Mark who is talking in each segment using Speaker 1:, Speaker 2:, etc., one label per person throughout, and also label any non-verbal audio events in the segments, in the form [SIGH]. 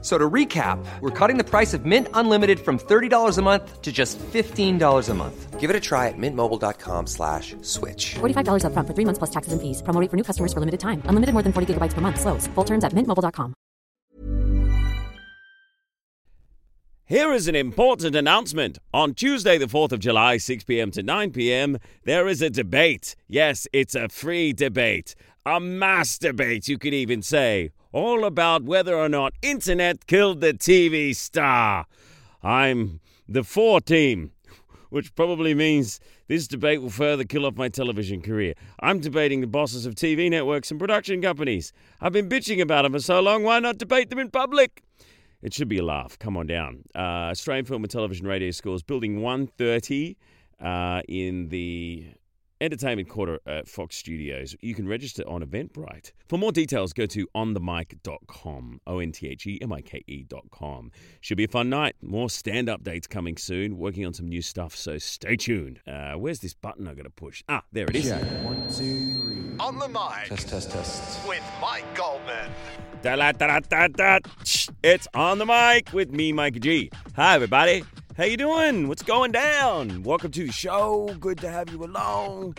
Speaker 1: So to recap, we're cutting the price of Mint Unlimited from $30 a month to just $15 a month. Give it a try at mintmobile.com slash switch.
Speaker 2: $45 upfront for three months plus taxes and fees. Promo rate for new customers for limited time. Unlimited more than 40 gigabytes per month. Slows. Full terms at mintmobile.com.
Speaker 3: Here is an important announcement. On Tuesday, the 4th of July, 6 p.m. to 9 p.m., there is a debate. Yes, it's a free debate. A mass debate, you could even say. All about whether or not internet killed the TV star. I'm the four team, which probably means this debate will further kill off my television career. I'm debating the bosses of TV networks and production companies. I've been bitching about them for so long, why not debate them in public? It should be a laugh. Come on down. Uh, Australian Film and Television Radio Schools, Building 130 uh, in the Entertainment Quarter at Fox Studios. You can register on Eventbrite. For more details, go to onthemic.com. O N T H E M I K E.com. Should be a fun night. More stand up dates coming soon. Working on some new stuff, so stay tuned. Uh, where's this button i got to push? Ah, there it is.
Speaker 4: On the mic. Test, test, test. With Mike Goldman.
Speaker 3: Da la da da da da. Shh. It's on the mic with me, Mike G. Hi, everybody. How you doing? What's going down? Welcome to the show. Good to have you along.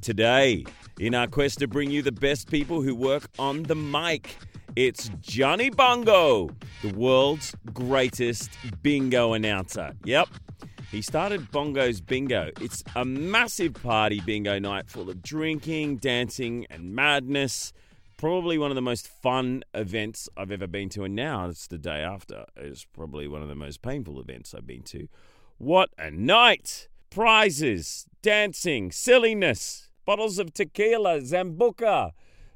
Speaker 3: Today, in our quest to bring you the best people who work on the mic, it's Johnny Bongo, the world's greatest bingo announcer. Yep. He started Bongo's Bingo. It's a massive party bingo night full of drinking, dancing, and madness. Probably one of the most fun events I've ever been to, and now it's the day after. It's probably one of the most painful events I've been to. What a night! Prizes, dancing, silliness, bottles of tequila, Zambuca,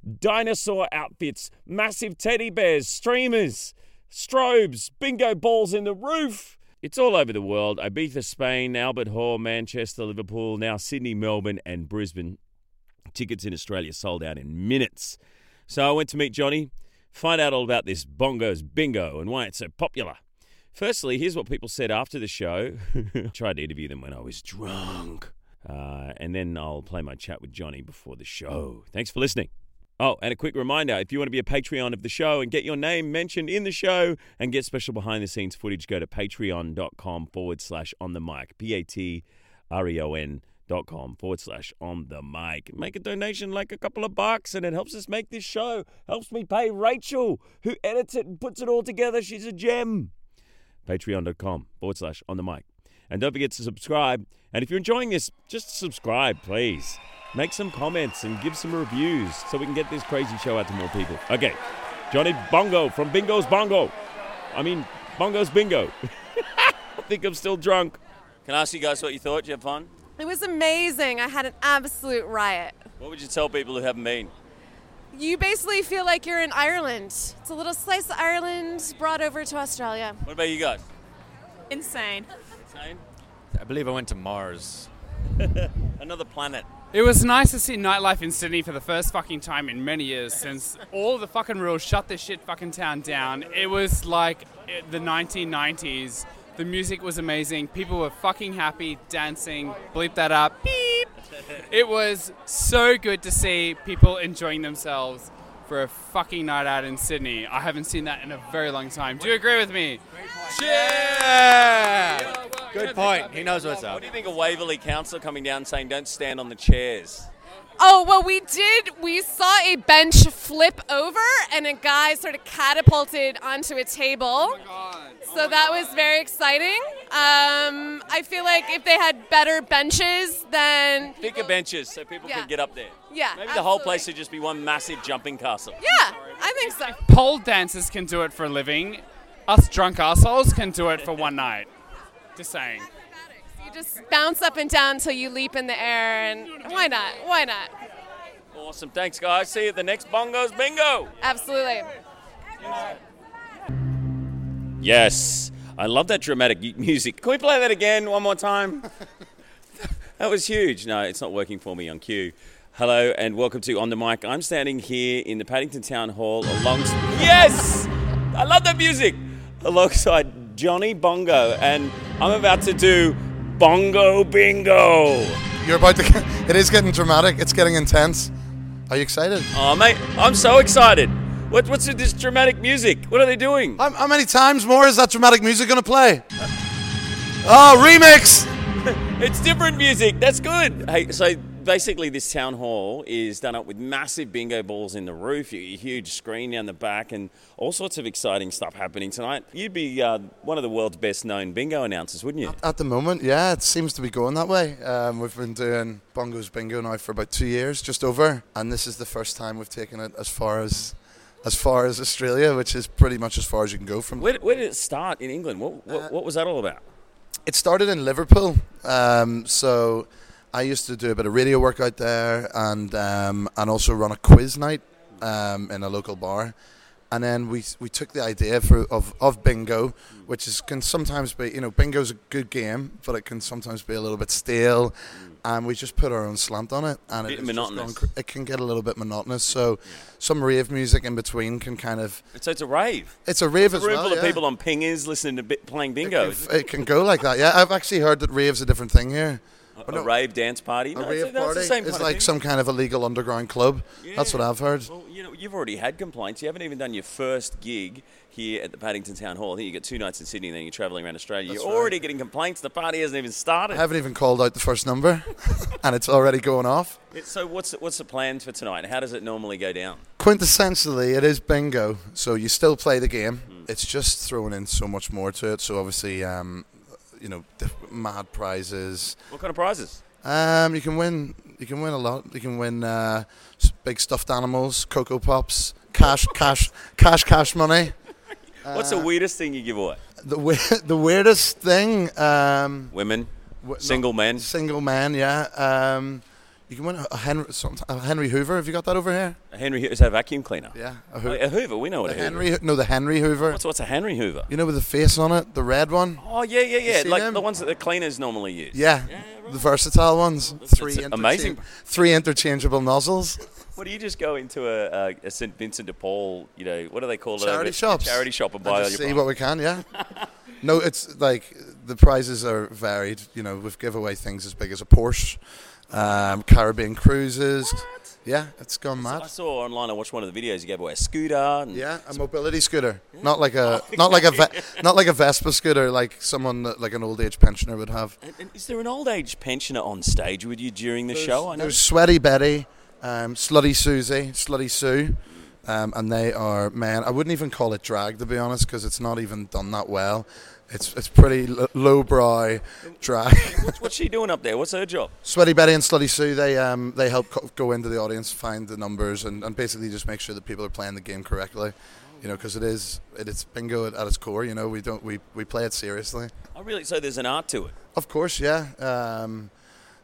Speaker 3: dinosaur outfits, massive teddy bears, streamers, strobes, bingo balls in the roof. It's all over the world Ibiza, Spain, Albert Hall, Manchester, Liverpool, now Sydney, Melbourne, and Brisbane. Tickets in Australia sold out in minutes. So I went to meet Johnny, find out all about this Bongo's bingo and why it's so popular. Firstly, here's what people said after the show. [LAUGHS] I tried to interview them when I was drunk. Uh, and then I'll play my chat with Johnny before the show. Thanks for listening. Oh, and a quick reminder if you want to be a Patreon of the show and get your name mentioned in the show and get special behind the scenes footage, go to patreon.com forward slash on the mic. P A T R E O N dot com forward slash on the mic. Make a donation like a couple of bucks and it helps us make this show. Helps me pay Rachel, who edits it and puts it all together. She's a gem patreon.com forward slash on the mic. And don't forget to subscribe. And if you're enjoying this, just subscribe, please. Make some comments and give some reviews so we can get this crazy show out to more people. Okay, Johnny Bongo from Bingo's Bongo. I mean, Bongo's Bingo. [LAUGHS] I think I'm still drunk. Can I ask you guys what you thought? Did you have fun?
Speaker 5: It was amazing. I had an absolute riot.
Speaker 3: What would you tell people who haven't been?
Speaker 5: You basically feel like you're in Ireland. It's a little slice of Ireland brought over to Australia.
Speaker 3: What about you guys?
Speaker 6: Insane.
Speaker 3: Same?
Speaker 7: I believe I went to Mars.
Speaker 3: Another planet.
Speaker 8: It was nice to see nightlife in Sydney for the first fucking time in many years since all the fucking rules shut this shit fucking town down. It was like eh, the 1990s. The music was amazing. People were fucking happy, dancing. Bleep that up. Beep. It was so good to see people enjoying themselves for a fucking night out in Sydney. I haven't seen that in a very long time. Do you agree with me? Yeah.
Speaker 7: Good point. He knows what's up.
Speaker 3: What do you think of Waverley Council coming down saying don't stand on the chairs?
Speaker 5: Oh, well, we did. We saw a bench flip over and a guy sort of catapulted onto a table. So that was very exciting. Um, I feel like if they had better benches, then.
Speaker 3: Thicker benches so people
Speaker 5: Yeah.
Speaker 3: could get up there.
Speaker 5: Yeah,
Speaker 3: Maybe the whole
Speaker 5: absolutely.
Speaker 3: place should just be one massive jumping castle.
Speaker 5: Yeah, I think so.
Speaker 8: Pole dancers can do it for a living. Us drunk assholes can do it for one night. Just saying.
Speaker 5: You just bounce up and down till you leap in the air, and why not? Why not?
Speaker 3: Awesome. Thanks, guys. See you at the next Bongos Bingo.
Speaker 5: Absolutely.
Speaker 3: Yes. I love that dramatic u- music. Can we play that again one more time? [LAUGHS] that was huge. No, it's not working for me on cue. Hello and welcome to On the Mic. I'm standing here in the Paddington Town Hall along. Yes! love that music. Alongside Johnny Bongo, and I'm about to do Bongo Bingo.
Speaker 9: You're about to. Get, [LAUGHS] it is getting dramatic. It's getting intense. Are you excited?
Speaker 3: Oh, mate, I'm so excited. What, what's with this dramatic music? What are they doing?
Speaker 9: How, how many times more is that dramatic music going to play? Oh, remix!
Speaker 3: It's different music. That's good. Hey, so basically, this town hall is done up with massive bingo balls in the roof, a huge screen down the back, and all sorts of exciting stuff happening tonight. You'd be uh, one of the world's best known bingo announcers, wouldn't you?
Speaker 9: At the moment, yeah, it seems to be going that way. Um, we've been doing Bongo's Bingo now for about two years, just over, and this is the first time we've taken it as far as as far as Australia, which is pretty much as far as you can go from.
Speaker 3: Where, where did it start in England? What, what, what was that all about?
Speaker 9: it started in Liverpool. Um, so I used to do a bit of radio work out there, and um, and also run a quiz night um, in a local bar. And then we we took the idea for of, of bingo, which is can sometimes be you know bingo's a good game, but it can sometimes be a little bit stale, and we just put our own slant on it, and
Speaker 3: Bit
Speaker 9: it's just gone
Speaker 3: monotonous.
Speaker 9: cr- it can get a little bit monotonous. So some rave music in between can kind of
Speaker 3: So it's a rave.
Speaker 9: it's a rave as
Speaker 3: room
Speaker 9: well.
Speaker 3: full of
Speaker 9: yeah.
Speaker 3: people on pingers listening to bi- playing bingo.
Speaker 9: If it can go like that. Yeah, I've actually heard that rave's a different thing here.
Speaker 3: a rave dance party.
Speaker 9: A
Speaker 3: No,
Speaker 9: rave
Speaker 3: it's, no, it's
Speaker 9: party
Speaker 3: the same
Speaker 9: is
Speaker 3: kind
Speaker 9: like
Speaker 3: of thing.
Speaker 9: some kind of illegal underground club. That's what I've heard.
Speaker 3: Well, you know, you've already had complaints. You haven't even done your first gig here at the Paddington Town Hall. I think you got two nights in Sydney, and then you're travelling around Australia. you're already getting complaints. The party hasn't even started.
Speaker 9: I haven't even called out the first number, [LAUGHS] and it's already going off.
Speaker 3: It- so what's the, what's the plans for tonight? How does it normally go down?
Speaker 9: Quintessentially, it is bingo, so you still play the game.
Speaker 3: Hmm.
Speaker 9: It's just throwing in so much more to it. So obviously, um, you know, diff- mad prizes.
Speaker 3: What kind of prizes?
Speaker 9: Um, you can win. You can win a lot. You can win uh, s- big stuffed animals, cocoa pops, cash, cash, cash, cash money. Uh,
Speaker 3: what's the weirdest thing you give away?
Speaker 9: The we- [LAUGHS] the weirdest thing. Um,
Speaker 3: Women,
Speaker 9: w-
Speaker 3: single
Speaker 9: not-
Speaker 3: men.
Speaker 9: Single man. Yeah. Um, you can win a- a Henry, some- a Henry Hoover. Have you got that over here?
Speaker 3: A Henry Hoo- is that a vacuum cleaner?
Speaker 9: Yeah. A
Speaker 3: Oh,
Speaker 9: Hoover.
Speaker 3: A Hoover. We know what
Speaker 9: The
Speaker 3: a Hoover.
Speaker 9: Henry. No, the Henry Hoover.
Speaker 3: What's what's a Henry Hoover?
Speaker 9: you know, with the face on it, the red one.
Speaker 3: Oh yeah, yeah, yeah.
Speaker 9: seen
Speaker 3: Like
Speaker 9: them?
Speaker 3: the ones that the cleaners normally use.
Speaker 9: Yeah. The versatile ones. three
Speaker 3: that's amazing.
Speaker 9: interchange- Three interchangeable nozzles.
Speaker 3: What do you just go into a, a, a St Vincent de Paul? You know what do they call it?
Speaker 9: charity
Speaker 3: over-
Speaker 9: shops.
Speaker 3: Charity shop and
Speaker 9: And
Speaker 3: buy all
Speaker 9: just
Speaker 3: your.
Speaker 9: see
Speaker 3: products?
Speaker 9: what we can. Yeah.
Speaker 3: [LAUGHS]
Speaker 9: no, it's like the prizes are varied. You know, we've give away things as big as a Porsche, um, Caribbean cruises. Yeah, it's gone mad.
Speaker 3: I saw online. I watched one of the videos. You gave away a scooter. And
Speaker 9: Yeah, a mobility scooter, not like a not like a ve- not like a Vespa scooter, like someone that, like an old age pensioner would have.
Speaker 3: And, and is there an old age pensioner on stage with you during the show? I know.
Speaker 9: There's Sweaty Betty, um, Slutty Susie, Slutty Sue, um, and they are men. I wouldn't even call it drag to be honest, because it's not even done that well. It's it's pretty l- lowbrow drag. [LAUGHS]
Speaker 3: What's, [LAUGHS] what's she doing up there? What's her job?
Speaker 9: Sweaty Betty and Slutty Sue, they um, they help co- go into the audience, find the numbers, and, and basically just make sure that people are playing the game correctly. You know, because it is it, it's bingo at, at its core. You know, we don't we, we play it seriously.
Speaker 3: I really. So there's an art to it.
Speaker 9: Of course, yeah. Um,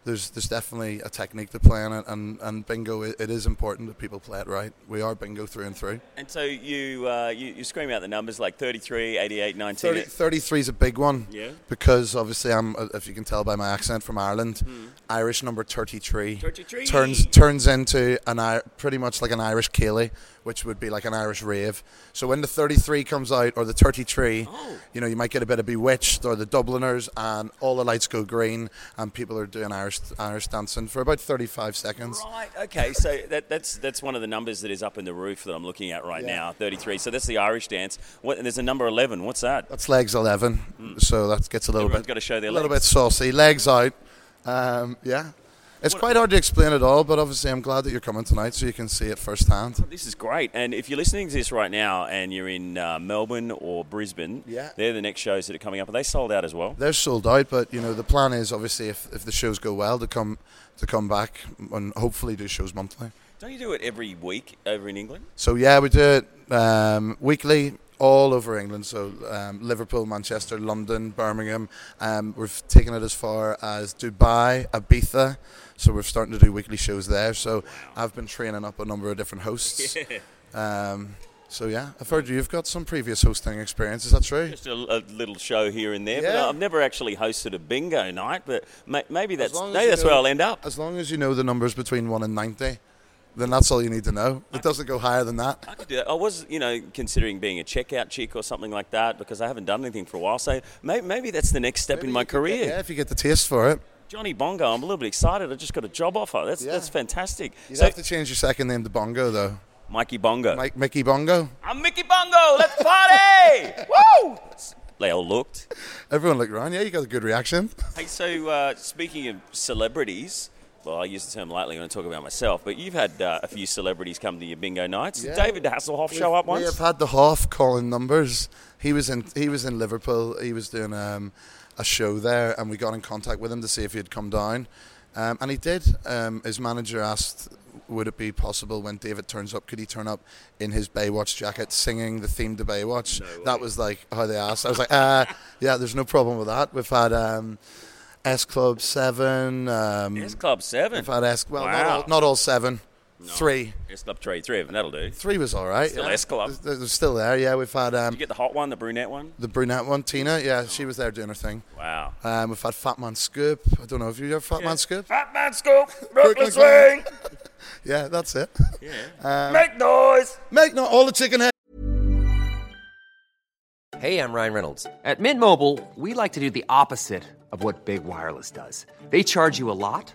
Speaker 9: there's there's definitely a technique to playing it, and and bingo it, it is important that people play it right. We are bingo through and through.
Speaker 3: And so you uh, you, you scream out the numbers like 33, 88, 19.
Speaker 9: 30, 33 is a big one.
Speaker 3: Yeah.
Speaker 9: Because obviously I'm, uh, if you can tell by my accent, from Ireland. Irish number 33,
Speaker 3: 33.
Speaker 9: turns turns into an Ir- pretty much like an Irish ceilidh, which would be like an Irish rave. So when the 33 comes out or the 33, you know you might get a bit of Bewitched or the Dubliners, and all the lights go green, and people are doing Irish Irish dancing for about 35 seconds.
Speaker 3: Right. Okay. So that, that's that's one of the numbers that is up in the roof that I'm looking at right now. 33. So that's the Irish dance. What, and there's a number 11. What's that?
Speaker 9: That's legs 11, so that gets a little
Speaker 3: Mm. Everyone's
Speaker 9: bit
Speaker 3: gotta show their
Speaker 9: a little
Speaker 3: legs.
Speaker 9: bit saucy, legs out. Um, yeah, it's quite hard to explain it all, but obviously I'm glad that you're coming tonight so you can see it firsthand.
Speaker 3: This is great. And if you're listening to this right now and you're in uh, Melbourne or Brisbane,
Speaker 9: Yeah.
Speaker 3: they're the next shows that are coming up. Are they sold out as well?
Speaker 9: They're sold out, but you know the plan is obviously if, if the shows go well to come to come back and hopefully do shows monthly.
Speaker 3: Don't you do it every week over in England?
Speaker 9: So yeah, we do it um, weekly all over England. So um, Liverpool, Manchester, London, Birmingham. Um, we've taken it as far as Dubai, Ibiza. So we're starting to do weekly shows there. So I've been training up a number of
Speaker 3: [LAUGHS]
Speaker 9: different hosts. Um, so yeah, I've heard you've got some previous hosting experience. Is that true?
Speaker 3: Just a, a little show here and there. But
Speaker 9: Yeah.
Speaker 3: I've never actually hosted a bingo night, but ma- maybe that's
Speaker 9: long as
Speaker 3: maybe
Speaker 9: you
Speaker 3: that's
Speaker 9: know-
Speaker 3: where I'll end up.
Speaker 9: As long as you know the numbers between one and ninety. then that's all you need to know. It doesn't go higher than that.
Speaker 3: I could do that. I was, you know, considering being a checkout chick or something like that because I haven't done anything for a while. So maybe, maybe that's the next step in my career.
Speaker 9: Yeah, if you get the taste for it.
Speaker 3: Johnny Bongo, I'm a little bit excited. I just got a job offer. That's
Speaker 9: Yeah.
Speaker 3: that's fantastic.
Speaker 9: You'd
Speaker 3: so
Speaker 9: have to change your second name to Bongo though.
Speaker 3: Mikey Bongo.
Speaker 9: Mike Mickey Bongo.
Speaker 3: I'm Mickey Bongo. Let's party!
Speaker 9: [LAUGHS]
Speaker 3: Woo! They all looked.
Speaker 9: Everyone looked around. Yeah, you got a good reaction.
Speaker 3: Hey, so uh, speaking of celebrities, well, I use the term lightly when I talk about myself, but you've had uh, a few celebrities come to your bingo nights. Did
Speaker 9: Yeah.
Speaker 3: David Hasselhoff show up
Speaker 9: We have
Speaker 3: once?
Speaker 9: had the half calling numbers. He was in he was in Liverpool. He was doing um, a show there, and we got in contact with him to see if he'd come down, um, and he did. Um, his manager asked, "Would it be possible when David turns up? Could he turn up in his Baywatch jacket, singing the theme to Baywatch?" that was like how they asked. I was like, uh, "Yeah, there's no problem with that." We've had. Um, S Club Seven. Um,
Speaker 3: Yes, Club 7.
Speaker 9: We've had S. Well, not,
Speaker 3: Wow.
Speaker 9: all, not all seven. Three.
Speaker 3: Yes, Club 3, 3 of them, that'll do.
Speaker 9: Three was all right.
Speaker 3: Still
Speaker 9: yeah.
Speaker 3: S Club.
Speaker 9: They're, they're still there. Yeah, we've had um,
Speaker 3: You get the hot one, the brunette one?
Speaker 9: the brunette one, Tina. Yeah, she was there doing her thing.
Speaker 3: Wow.
Speaker 9: Um, we've had Fat Man Scoop. I don't know if you have Fat Man Scoop.
Speaker 3: Fat Man
Speaker 9: [LAUGHS]
Speaker 3: Scoop, Brooklyn
Speaker 9: Brooklyn
Speaker 3: Swing,
Speaker 9: Swing. Yeah, that's it. [LAUGHS] Um,
Speaker 3: make noise.
Speaker 9: Make not all the chicken head.
Speaker 1: Hey, I'm Ryan Reynolds. At Mint Mobile, we like to do the opposite of what Big Wireless does. They charge you a lot,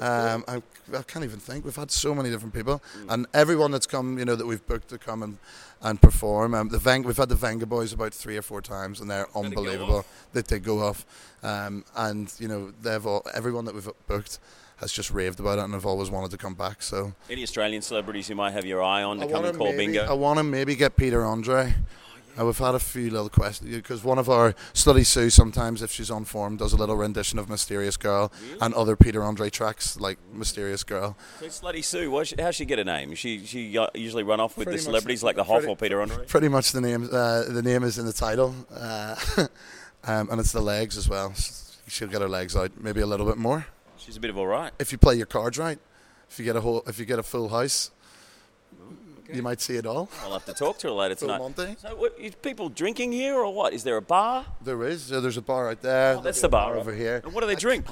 Speaker 9: Um, I, I can't even think. We've had so many different people, and everyone that's come, you know, that we've booked to come and, and perform. Um, the Vang, we've had the Venga Boys about three or four times, and they're unbelievable. They did go off, um, and you know, they've all everyone that we've booked has just raved about it, and have always wanted to come back. So
Speaker 3: Any Australian celebrities you might have your eye on to come
Speaker 9: wanna
Speaker 3: and call
Speaker 9: maybe,
Speaker 3: bingo?
Speaker 9: I want to maybe get Peter Andre. Uh, we've had a few little questions because one of our study Sue sometimes, if she's on form, does a little rendition of "Mysterious Girl" and other Peter Andre tracks like "Mysterious Girl."
Speaker 3: So Slutty Sue, what's she, how's she get a name? She she uh, usually run off with
Speaker 9: Pretty
Speaker 3: the
Speaker 9: much-
Speaker 3: celebrities like the Hoff
Speaker 9: pretty-
Speaker 3: or Peter Andre.
Speaker 9: Pretty much the name. Uh, the name is in the title, uh, [LAUGHS] um, and it's the legs as well. S- She'll get her legs out maybe a little bit more
Speaker 3: She's a bit of all right.
Speaker 9: if you play your cards right. If you get a whole, if you get a full house, you might see it all.
Speaker 3: I'll have to talk to her later
Speaker 9: Full
Speaker 3: tonight.
Speaker 9: Monty?
Speaker 3: So, what, is people drinking here or what? Is there a bar?
Speaker 9: There is. So there's a bar out there.
Speaker 3: Oh, that's the bar
Speaker 9: over here.
Speaker 3: And what do they drink?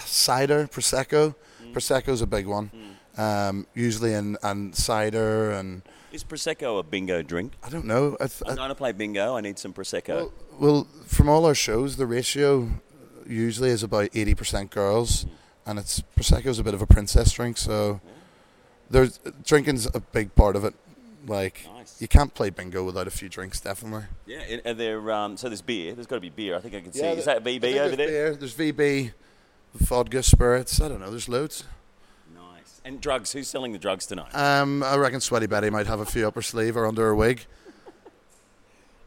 Speaker 9: cider, prosecco.
Speaker 3: Mm.
Speaker 9: Prosecco's a big one. Um, usually in and cider and
Speaker 3: Is prosecco a bingo drink?
Speaker 9: I don't know. I th-
Speaker 3: I'm
Speaker 9: I-
Speaker 3: going to play bingo. I need some prosecco.
Speaker 9: Uh, well, from all our shows, the ratio usually is about eighty percent
Speaker 3: Mm.
Speaker 9: girls, and it's prosecco's a bit of a princess drink, so there's drinking's a big part of it. Like
Speaker 3: Nice.
Speaker 9: you can't play bingo without a few drinks, definitely.
Speaker 3: yeah. and- And there, um, so there's beer. There's got to be beer. I think I can see. Is that VB over there?
Speaker 9: There's VB, vodka, spirits. I don't know. There's loads.
Speaker 3: Nice. And drugs. Who's selling the drugs tonight?
Speaker 9: Um, I reckon Sweaty Betty might have a few up her sleeve or under her wig.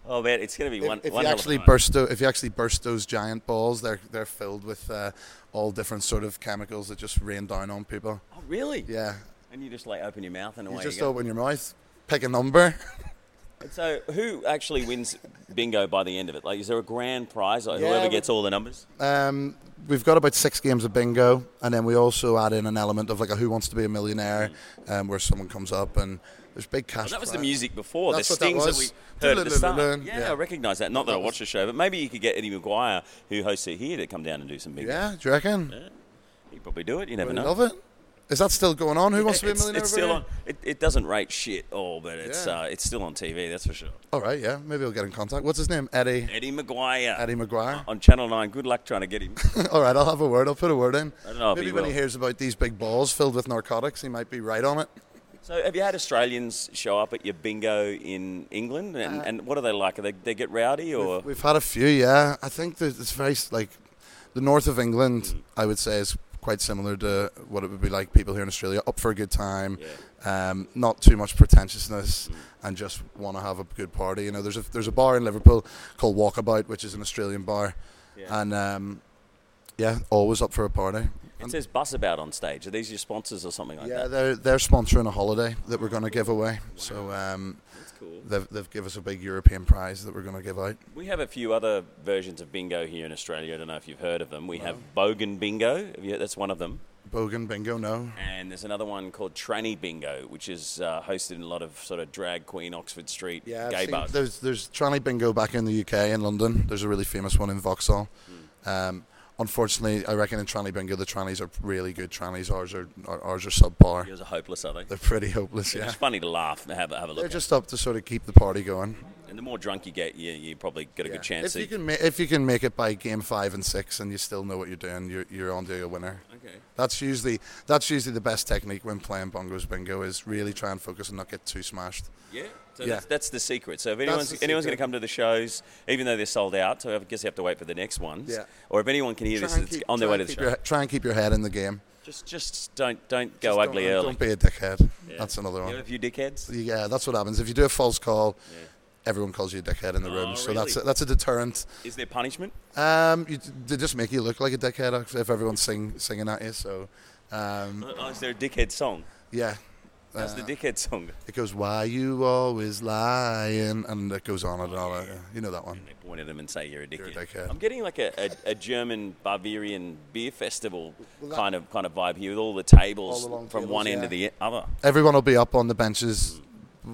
Speaker 3: oh man, it's going to be one.
Speaker 9: if, if
Speaker 3: one
Speaker 9: you
Speaker 3: hell of a
Speaker 9: actually
Speaker 3: night.
Speaker 9: burst tho- if you actually burst those giant balls, they're they're filled with uh, all different sort of chemicals that just rain down on people.
Speaker 3: Oh really?
Speaker 9: Yeah,
Speaker 3: And you just like open your mouth and away
Speaker 9: you just
Speaker 3: go.
Speaker 9: open your mouth, pick a number.
Speaker 3: And So, who actually wins bingo by the end of it? Like, is there a grand prize? Like,
Speaker 9: Yeah,
Speaker 3: whoever
Speaker 9: we-
Speaker 3: gets all the numbers?
Speaker 9: Um, we've got about six games of bingo, and then we also add in an element of like a Who Wants to Be a Millionaire, um, where someone comes up and there's big
Speaker 3: Well, Mm. Oh,
Speaker 9: cash.
Speaker 3: that was the
Speaker 9: prize.
Speaker 3: music before.
Speaker 9: That's
Speaker 3: the
Speaker 9: what that
Speaker 3: stings
Speaker 9: was.
Speaker 3: we heard at the start.
Speaker 9: Dun-dun-dun-dun-dun.
Speaker 3: Yeah,
Speaker 9: Yeah.
Speaker 3: I recognise that. Not that, I watch the show, but maybe you could get Eddie McGuire, who hosts it here, to come down and do some bingo.
Speaker 9: Yeah, do you reckon?
Speaker 3: He'd probably do it. You never
Speaker 9: I
Speaker 3: know.
Speaker 9: love it. Is that still going on? Who wants to be a
Speaker 3: it's,
Speaker 9: millionaire?
Speaker 3: it's
Speaker 9: over
Speaker 3: still
Speaker 9: here?
Speaker 3: on. It, it doesn't rate shit all, but it's
Speaker 9: Yeah.
Speaker 3: uh, it's still on TV. That's for sure.
Speaker 9: All right, yeah. Maybe we'll get in contact. What's his name? Eddie.
Speaker 3: Eddie Oh, McGuire
Speaker 9: Eddie McGuire.
Speaker 3: on Channel Nine. Good luck trying to get him. [LAUGHS]
Speaker 9: All right, I'll have a word. I'll put a word in.
Speaker 3: I don't know if
Speaker 9: Maybe
Speaker 3: he
Speaker 9: when
Speaker 3: will.
Speaker 9: he hears about these big balls filled with narcotics, he might be right on it.
Speaker 3: so, have you had Australians show up at your bingo in England? And,
Speaker 9: Uh,
Speaker 3: and what are they like? Are they they get rowdy or?
Speaker 9: We've had a few, yeah. I think that it's very s- like the north of England.
Speaker 3: Mm.
Speaker 9: I would say is quite similar to what it would be like people here in Australia, up for a good time, um, not too much pretentiousness,
Speaker 3: Mm.
Speaker 9: and just want to have a good party. You know, there's a there's a bar in Liverpool called Walkabout, which is an Australian bar, and um, yeah, always up for a party.
Speaker 3: It says bus about on stage. Are these your sponsors or something like
Speaker 9: Yeah,
Speaker 3: that?
Speaker 9: they're they're sponsoring a holiday that we're going to give away. So um, they've they've give us a big European prize that we're going to give out.
Speaker 3: We have a few other versions of bingo here in Australia. I don't know if you've heard of them. We have Bogan Bingo. Have you- That's one of them.
Speaker 9: Bogan Bingo, no.
Speaker 3: And there's another one called Tranny Bingo, which is uh, hosted in a lot of sort of drag queen, Oxford Street,
Speaker 9: I've
Speaker 3: gay
Speaker 9: seen-
Speaker 3: bars.
Speaker 9: There's there's tranny bingo back in the UK in London. There's a really famous one in Vauxhall.
Speaker 3: Hmm.
Speaker 9: Um, unfortunately, I reckon in tranny bingo the trannies are really good. Trannies ours are are- ours are subpar.
Speaker 3: Yours are hopeless, are they?
Speaker 9: They're pretty hopeless. Yeah,
Speaker 3: It's funny to laugh and have, a- have a look.
Speaker 9: they're
Speaker 3: at.
Speaker 9: just up to sort of keep the party going.
Speaker 3: and the more drunk you get, you, you probably get a good
Speaker 9: Yeah.
Speaker 3: chance.
Speaker 9: If you
Speaker 3: of-
Speaker 9: can ma- if you can make it by game five and six, and you still know what you're doing, you're you're on to a winner.
Speaker 3: Okay.
Speaker 9: That's usually that's usually the best technique when playing bongos bingo is really try and focus and not get too smashed.
Speaker 3: Yeah, so
Speaker 9: Yeah.
Speaker 3: That's, that's the secret. So if
Speaker 9: That's
Speaker 3: anyone's
Speaker 9: the
Speaker 3: anyone's going
Speaker 9: secret.
Speaker 3: to come to the shows, even though they're sold out, so I guess you have to wait for the next ones.
Speaker 9: Yeah.
Speaker 3: Or if anyone can hear this,
Speaker 9: and
Speaker 3: it's
Speaker 9: keep-
Speaker 3: on their way
Speaker 9: try
Speaker 3: to
Speaker 9: and
Speaker 3: the
Speaker 9: keep
Speaker 3: show.
Speaker 9: your- try and keep your head in the game.
Speaker 3: Just just don't don't go
Speaker 9: Just
Speaker 3: ugly
Speaker 9: don't,
Speaker 3: early.
Speaker 9: Don't be a dickhead.
Speaker 3: Yeah.
Speaker 9: That's another
Speaker 3: You
Speaker 9: one.
Speaker 3: have a few dickheads.
Speaker 9: Yeah, that's what happens. If you do a false call, everyone calls you a dickhead in the room.
Speaker 3: Oh,
Speaker 9: So that's a,
Speaker 3: really?
Speaker 9: that's a deterrent.
Speaker 3: Is there punishment?
Speaker 9: Um, you, they just make you look like a dickhead if- if everyone's sing, singing at you. So, um,
Speaker 3: Oh, is there a dickhead song?
Speaker 9: yeah,
Speaker 3: How's
Speaker 9: Uh.
Speaker 3: the dickhead song?
Speaker 9: it goes "Why you always lying," and it goes on and on. You know that one.
Speaker 3: They point at them and say you're a dickhead.
Speaker 9: dickhead.
Speaker 3: I'm getting like a, a, a German Bavarian beer festival kind of kind of vibe here with all the tables
Speaker 9: All the long
Speaker 3: from
Speaker 9: tables,
Speaker 3: one end
Speaker 9: yeah.
Speaker 3: to the e, other.
Speaker 9: Everyone will be up on the benches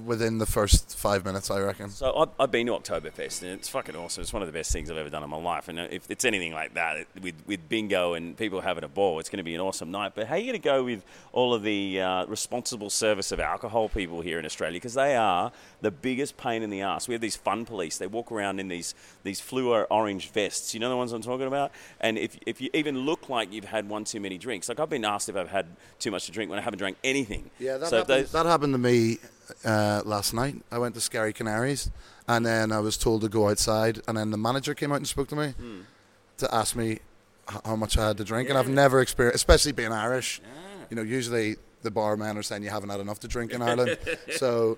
Speaker 9: within the first five minutes, I reckon.
Speaker 3: So I've, I've been to Oktoberfest and it's fucking awesome. It's one of the best things I've ever done in my life. And if it's anything like that, it, with, with bingo and people having a ball, it's going to be an awesome night. But how are you going to go with all of the uh, responsible service of alcohol people here in Australia? Because they are the biggest pain in the ass. We have these fun police. They walk around in these these fluoro orange vests. You know the ones I'm talking about. And if if you even look like you've had one too many drinks, like I've been asked if I've had too much to drink when I haven't drank anything.
Speaker 9: Yeah, that,
Speaker 3: So if
Speaker 9: happened,
Speaker 3: those-
Speaker 9: that happened to me uh, last night. I went to Scary Canaries, and then I was told to go outside, and then the manager came out and spoke to me
Speaker 3: Hmm.
Speaker 9: to ask me h- how much I had to drink, and I've never experienced, especially being Irish. You know, usually the barman are saying you haven't had enough to drink in Ireland,
Speaker 3: [LAUGHS]
Speaker 9: so.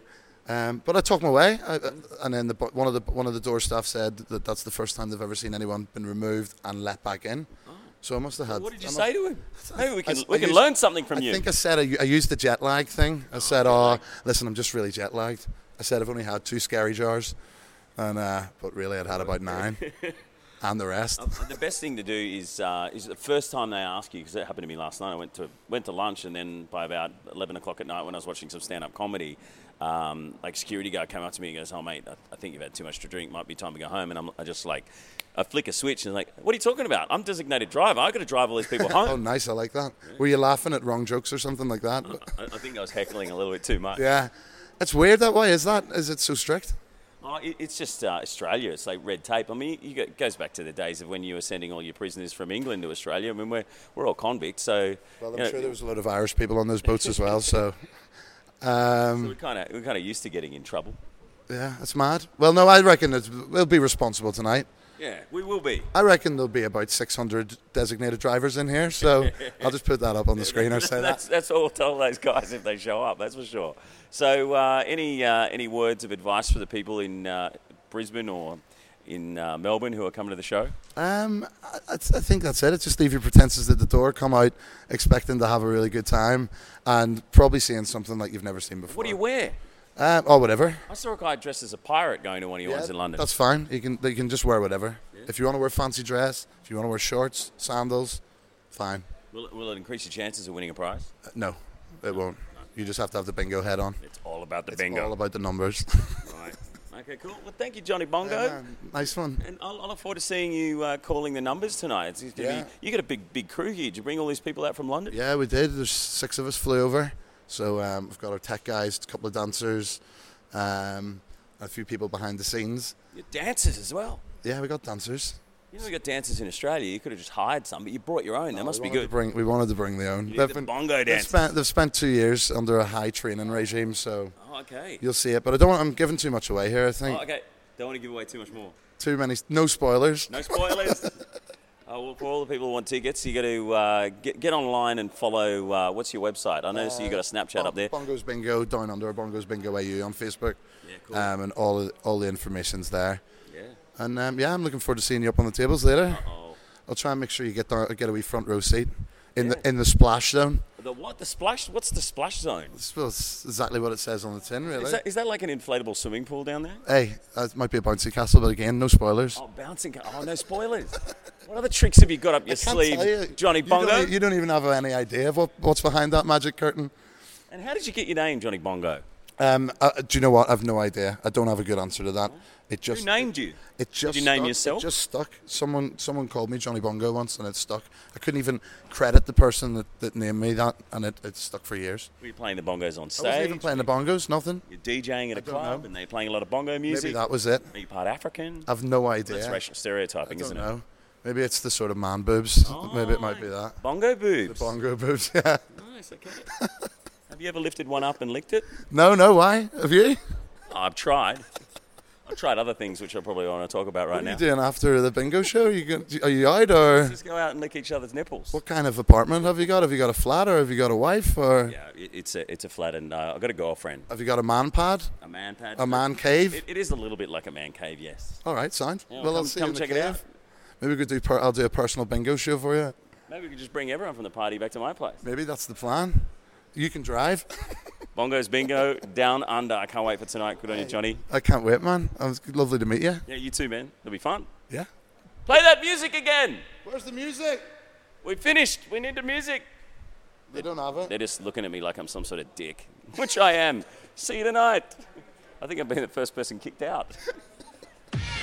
Speaker 9: Um, but I talked my way, I, I- and then the, bu- one of the one of the door staff said that that's the first time they've ever seen anyone been removed and let back in. So I must have had.
Speaker 3: Oh. what did you
Speaker 9: I must-
Speaker 3: say to him?
Speaker 9: [LAUGHS]
Speaker 3: Maybe we
Speaker 9: I
Speaker 3: can
Speaker 9: s-
Speaker 3: we
Speaker 9: I
Speaker 3: can
Speaker 9: used-
Speaker 3: learn something from
Speaker 9: I
Speaker 3: you.
Speaker 9: think I said I, I used the jet lag thing. I said, "Oh, listen, I'm just really jet lagged." I said I've only had two scary jars, and uh, but really I'd had about [LAUGHS] nine, and the rest.
Speaker 3: Uh, the best thing to do is uh, is the first time they ask you because it happened to me last night. I went to went to lunch and then by about eleven o'clock at night when I was watching some stand up comedy, um, like security guard came up to me and goes, "Oh mate, I, I think you've had too much to drink. Might be time to go home." And I'm I just like, I flick a switch and like, "What are you talking about? I'm designated driver. I got to drive all these people
Speaker 9: [LAUGHS] Oh,
Speaker 3: home."
Speaker 9: nice! I like that. Were you laughing at wrong jokes or something like that?
Speaker 3: I, I think I was heckling a little bit too much.
Speaker 9: yeah, it's weird that way. Is that is it so strict?
Speaker 3: Oh, it, it's just uh, Australia. It's like red tape. I mean, you go, it goes back to the days of when you were sending all your prisoners from England to Australia. I mean, we're, we're all convicts, so
Speaker 9: Well, I'm
Speaker 3: you know,
Speaker 9: sure there was a lot of Irish people on those [LAUGHS] boats as well. So,
Speaker 3: we're kind of we're kind of used to getting in trouble.
Speaker 9: yeah, it's mad. Well, no, I reckon it's, we'll be responsible tonight.
Speaker 3: Yeah, we will be.
Speaker 9: I reckon there'll be about 600 designated drivers in here, so I'll just put that up on the screen or say
Speaker 3: [LAUGHS]
Speaker 9: that.
Speaker 3: That's that's all. We'll tell those guys if they show up. That's for sure. So, uh, any uh, any words of advice for the people in uh, Brisbane or in uh, Melbourne who are coming to the show?
Speaker 9: Um, I, I I think that's it. It's just leave your pretenses at the door, come out expecting to have a really good time, and probably seeing something like you've never seen before.
Speaker 3: What do you wear?
Speaker 9: Uh, or whatever.
Speaker 3: I saw a guy dressed as a pirate going to one of yours in London.
Speaker 9: That's fine. You can you can just wear whatever. If you want to wear fancy dress, if you want to wear shorts, sandals, fine.
Speaker 3: Will, it- will it increase your chances of winning a prize?
Speaker 9: Uh, no, it won't. You just have to have the bingo head on.
Speaker 3: It's all about the
Speaker 9: It's
Speaker 3: bingo.
Speaker 9: all about the numbers.
Speaker 3: Right. Okay, cool. Well, thank you, Johnny Bongo.
Speaker 9: [LAUGHS] nice one.
Speaker 3: And I I look forward to seeing you uh, calling the numbers tonight. It's gonna
Speaker 9: Yeah.
Speaker 3: be, you got a big, big crew here. Did you bring all these people out from London?
Speaker 9: Yeah, we did. There's six of us flew over. So um, we've got our tech guys, a couple of dancers, um, a few people behind the scenes.
Speaker 3: Your dancers as well.
Speaker 9: Yeah, we got dancers.
Speaker 3: You know, we got dancers in Australia. You could have just hired some, but you brought your own. That must
Speaker 9: we
Speaker 3: be
Speaker 9: Oh, wanted
Speaker 3: good.
Speaker 9: To bring, we wanted to bring their own.
Speaker 3: need the bongo
Speaker 9: they've
Speaker 3: dancers.
Speaker 9: spent, they've spent two years under a high training regime, so
Speaker 3: Oh, okay.
Speaker 9: you'll see it. But I don't. Want, I'm giving too much away here. I think
Speaker 3: Oh, okay. Don't want to give away too much more.
Speaker 9: too many. No spoilers.
Speaker 3: No
Speaker 9: [LAUGHS]
Speaker 3: spoilers. Oh, well, for all the people who want tickets, you got to uh, get, get online and follow. Uh, what's your website? I noticed you got a
Speaker 9: Uh,
Speaker 3: Snapchat up there.
Speaker 9: Bongos Bingo down under Bongos Bingo AU on Facebook.
Speaker 3: Yeah, cool.
Speaker 9: Um, and all of- all the information's there.
Speaker 3: Yeah.
Speaker 9: And um, yeah, I'm looking forward to seeing you up on the tables later.
Speaker 3: Oh,
Speaker 9: I'll try and make sure you get down, get a wee front row seat. in the in the splash zone.
Speaker 3: The what? The splash? What's the splash zone?
Speaker 9: It's well, it's exactly what it says on the tin, really.
Speaker 3: Is that, is that like an inflatable swimming pool down there?
Speaker 9: hey, that might be a bouncy castle, but again, no spoilers.
Speaker 3: Oh, bouncing. ca- Oh, no spoilers.
Speaker 9: [LAUGHS]
Speaker 3: what other tricks have you got up your
Speaker 9: Can't
Speaker 3: sleeve,
Speaker 9: tell you.
Speaker 3: Johnny
Speaker 9: You don't
Speaker 3: Bongo?
Speaker 9: e- you don't even have any idea of what, what's behind that magic curtain.
Speaker 3: and how did you get your name, Johnny Bongo?
Speaker 9: Um, uh, do you know what? I've no idea. I don't have a good answer to that. It
Speaker 3: Oh.
Speaker 9: just
Speaker 3: Who named you?
Speaker 9: It just
Speaker 3: you name
Speaker 9: stuck. It
Speaker 3: yourself?
Speaker 9: just stuck. Someone someone called me Johnny Bongo once, and it stuck. I couldn't even credit the person that, that named me that, and it, it stuck for years.
Speaker 3: Were you playing the bongos on
Speaker 9: I wasn't
Speaker 3: stage?
Speaker 9: even playing the bongos. Nothing.
Speaker 3: You're DJing at a club, and they're playing a lot of bongo music.
Speaker 9: Maybe that was it.
Speaker 3: Are you part African?
Speaker 9: I've no idea.
Speaker 3: That's racial stereotyping,
Speaker 9: I don't
Speaker 3: isn't
Speaker 9: know.
Speaker 3: it?
Speaker 9: Maybe it's the sort of man boobs. Maybe it might be that.
Speaker 3: Bongo boobs.
Speaker 9: [LAUGHS] The bongo boobs. Yeah.
Speaker 3: Nice, okay. Have you ever lifted one up and licked it?
Speaker 9: No, no. Why? Have you?
Speaker 3: I've tried. I've tried other things which I probably want to talk about right
Speaker 9: What are
Speaker 3: now.
Speaker 9: you doing after the bingo show? You go, are you out or
Speaker 3: Just go out and lick each other's nipples.
Speaker 9: what kind of apartment have you got? Have you got a flat or have you got a wife or
Speaker 3: Yeah, it- it's a it's a flat, and uh, I've got a girlfriend.
Speaker 9: have you got a man pad?
Speaker 3: A man pad.
Speaker 9: A man cave?
Speaker 3: It, it is a little bit like a man cave, yes.
Speaker 9: All right, signed.
Speaker 3: Yeah,
Speaker 9: well,
Speaker 3: come-
Speaker 9: I'll see
Speaker 3: come
Speaker 9: you in
Speaker 3: check
Speaker 9: the
Speaker 3: it out.
Speaker 9: cave. Maybe we could do. Per- I'll do a personal bingo show for you.
Speaker 3: Maybe we could just bring everyone from the party back to my place.
Speaker 9: Maybe that's the plan. You can drive.
Speaker 3: Bongo's bingo down under. I can't wait for tonight. Good on you, Johnny.
Speaker 9: [LAUGHS] I can't wait, man. It was lovely to meet you.
Speaker 3: Yeah, you too, man. It'll be fun.
Speaker 9: Yeah.
Speaker 3: Play that music again.
Speaker 9: Where's the music?
Speaker 3: We finished. We need the music.
Speaker 9: They don't have it.
Speaker 3: They're just looking at me like I'm some sort of dick, [LAUGHS] which I am. See you tonight. I think I've been the first person kicked out.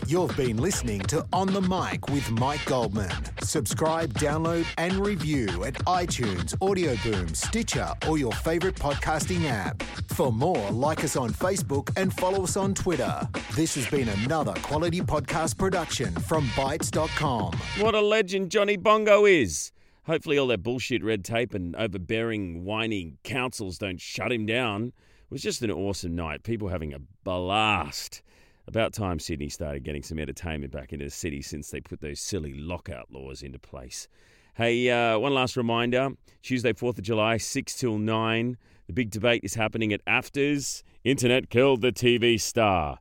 Speaker 10: You've been listening to On the Mic with Mike Goldman. Subscribe, download, and review at iTunes, Audio Boom, Stitcher, or your favorite podcasting app. For more, like us on Facebook and follow us on Twitter. This has been another quality podcast production from Bytes.com.
Speaker 3: What a legend Johnny Bongo is. Hopefully, all that bullshit red tape and overbearing, whining councils don't shut him down. It was just an awesome night. People having a blast. About time Sydney started getting some entertainment back into the city since they put those silly lockout laws into place. Hey, uh, one last reminder Tuesday, 4th of July, 6 till 9. The big debate is happening at AFTERS. Internet killed the TV star.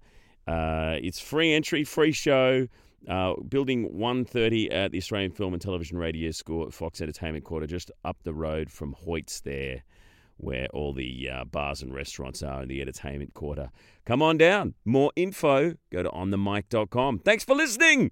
Speaker 3: Uh, it's free entry, free show. Uh, building 130 at the Australian Film and Television Radio School at Fox Entertainment Quarter, just up the road from Hoyt's there, where all the uh, bars and restaurants are in the entertainment quarter. Come on down. More info, go to onthemic.com. Thanks for listening.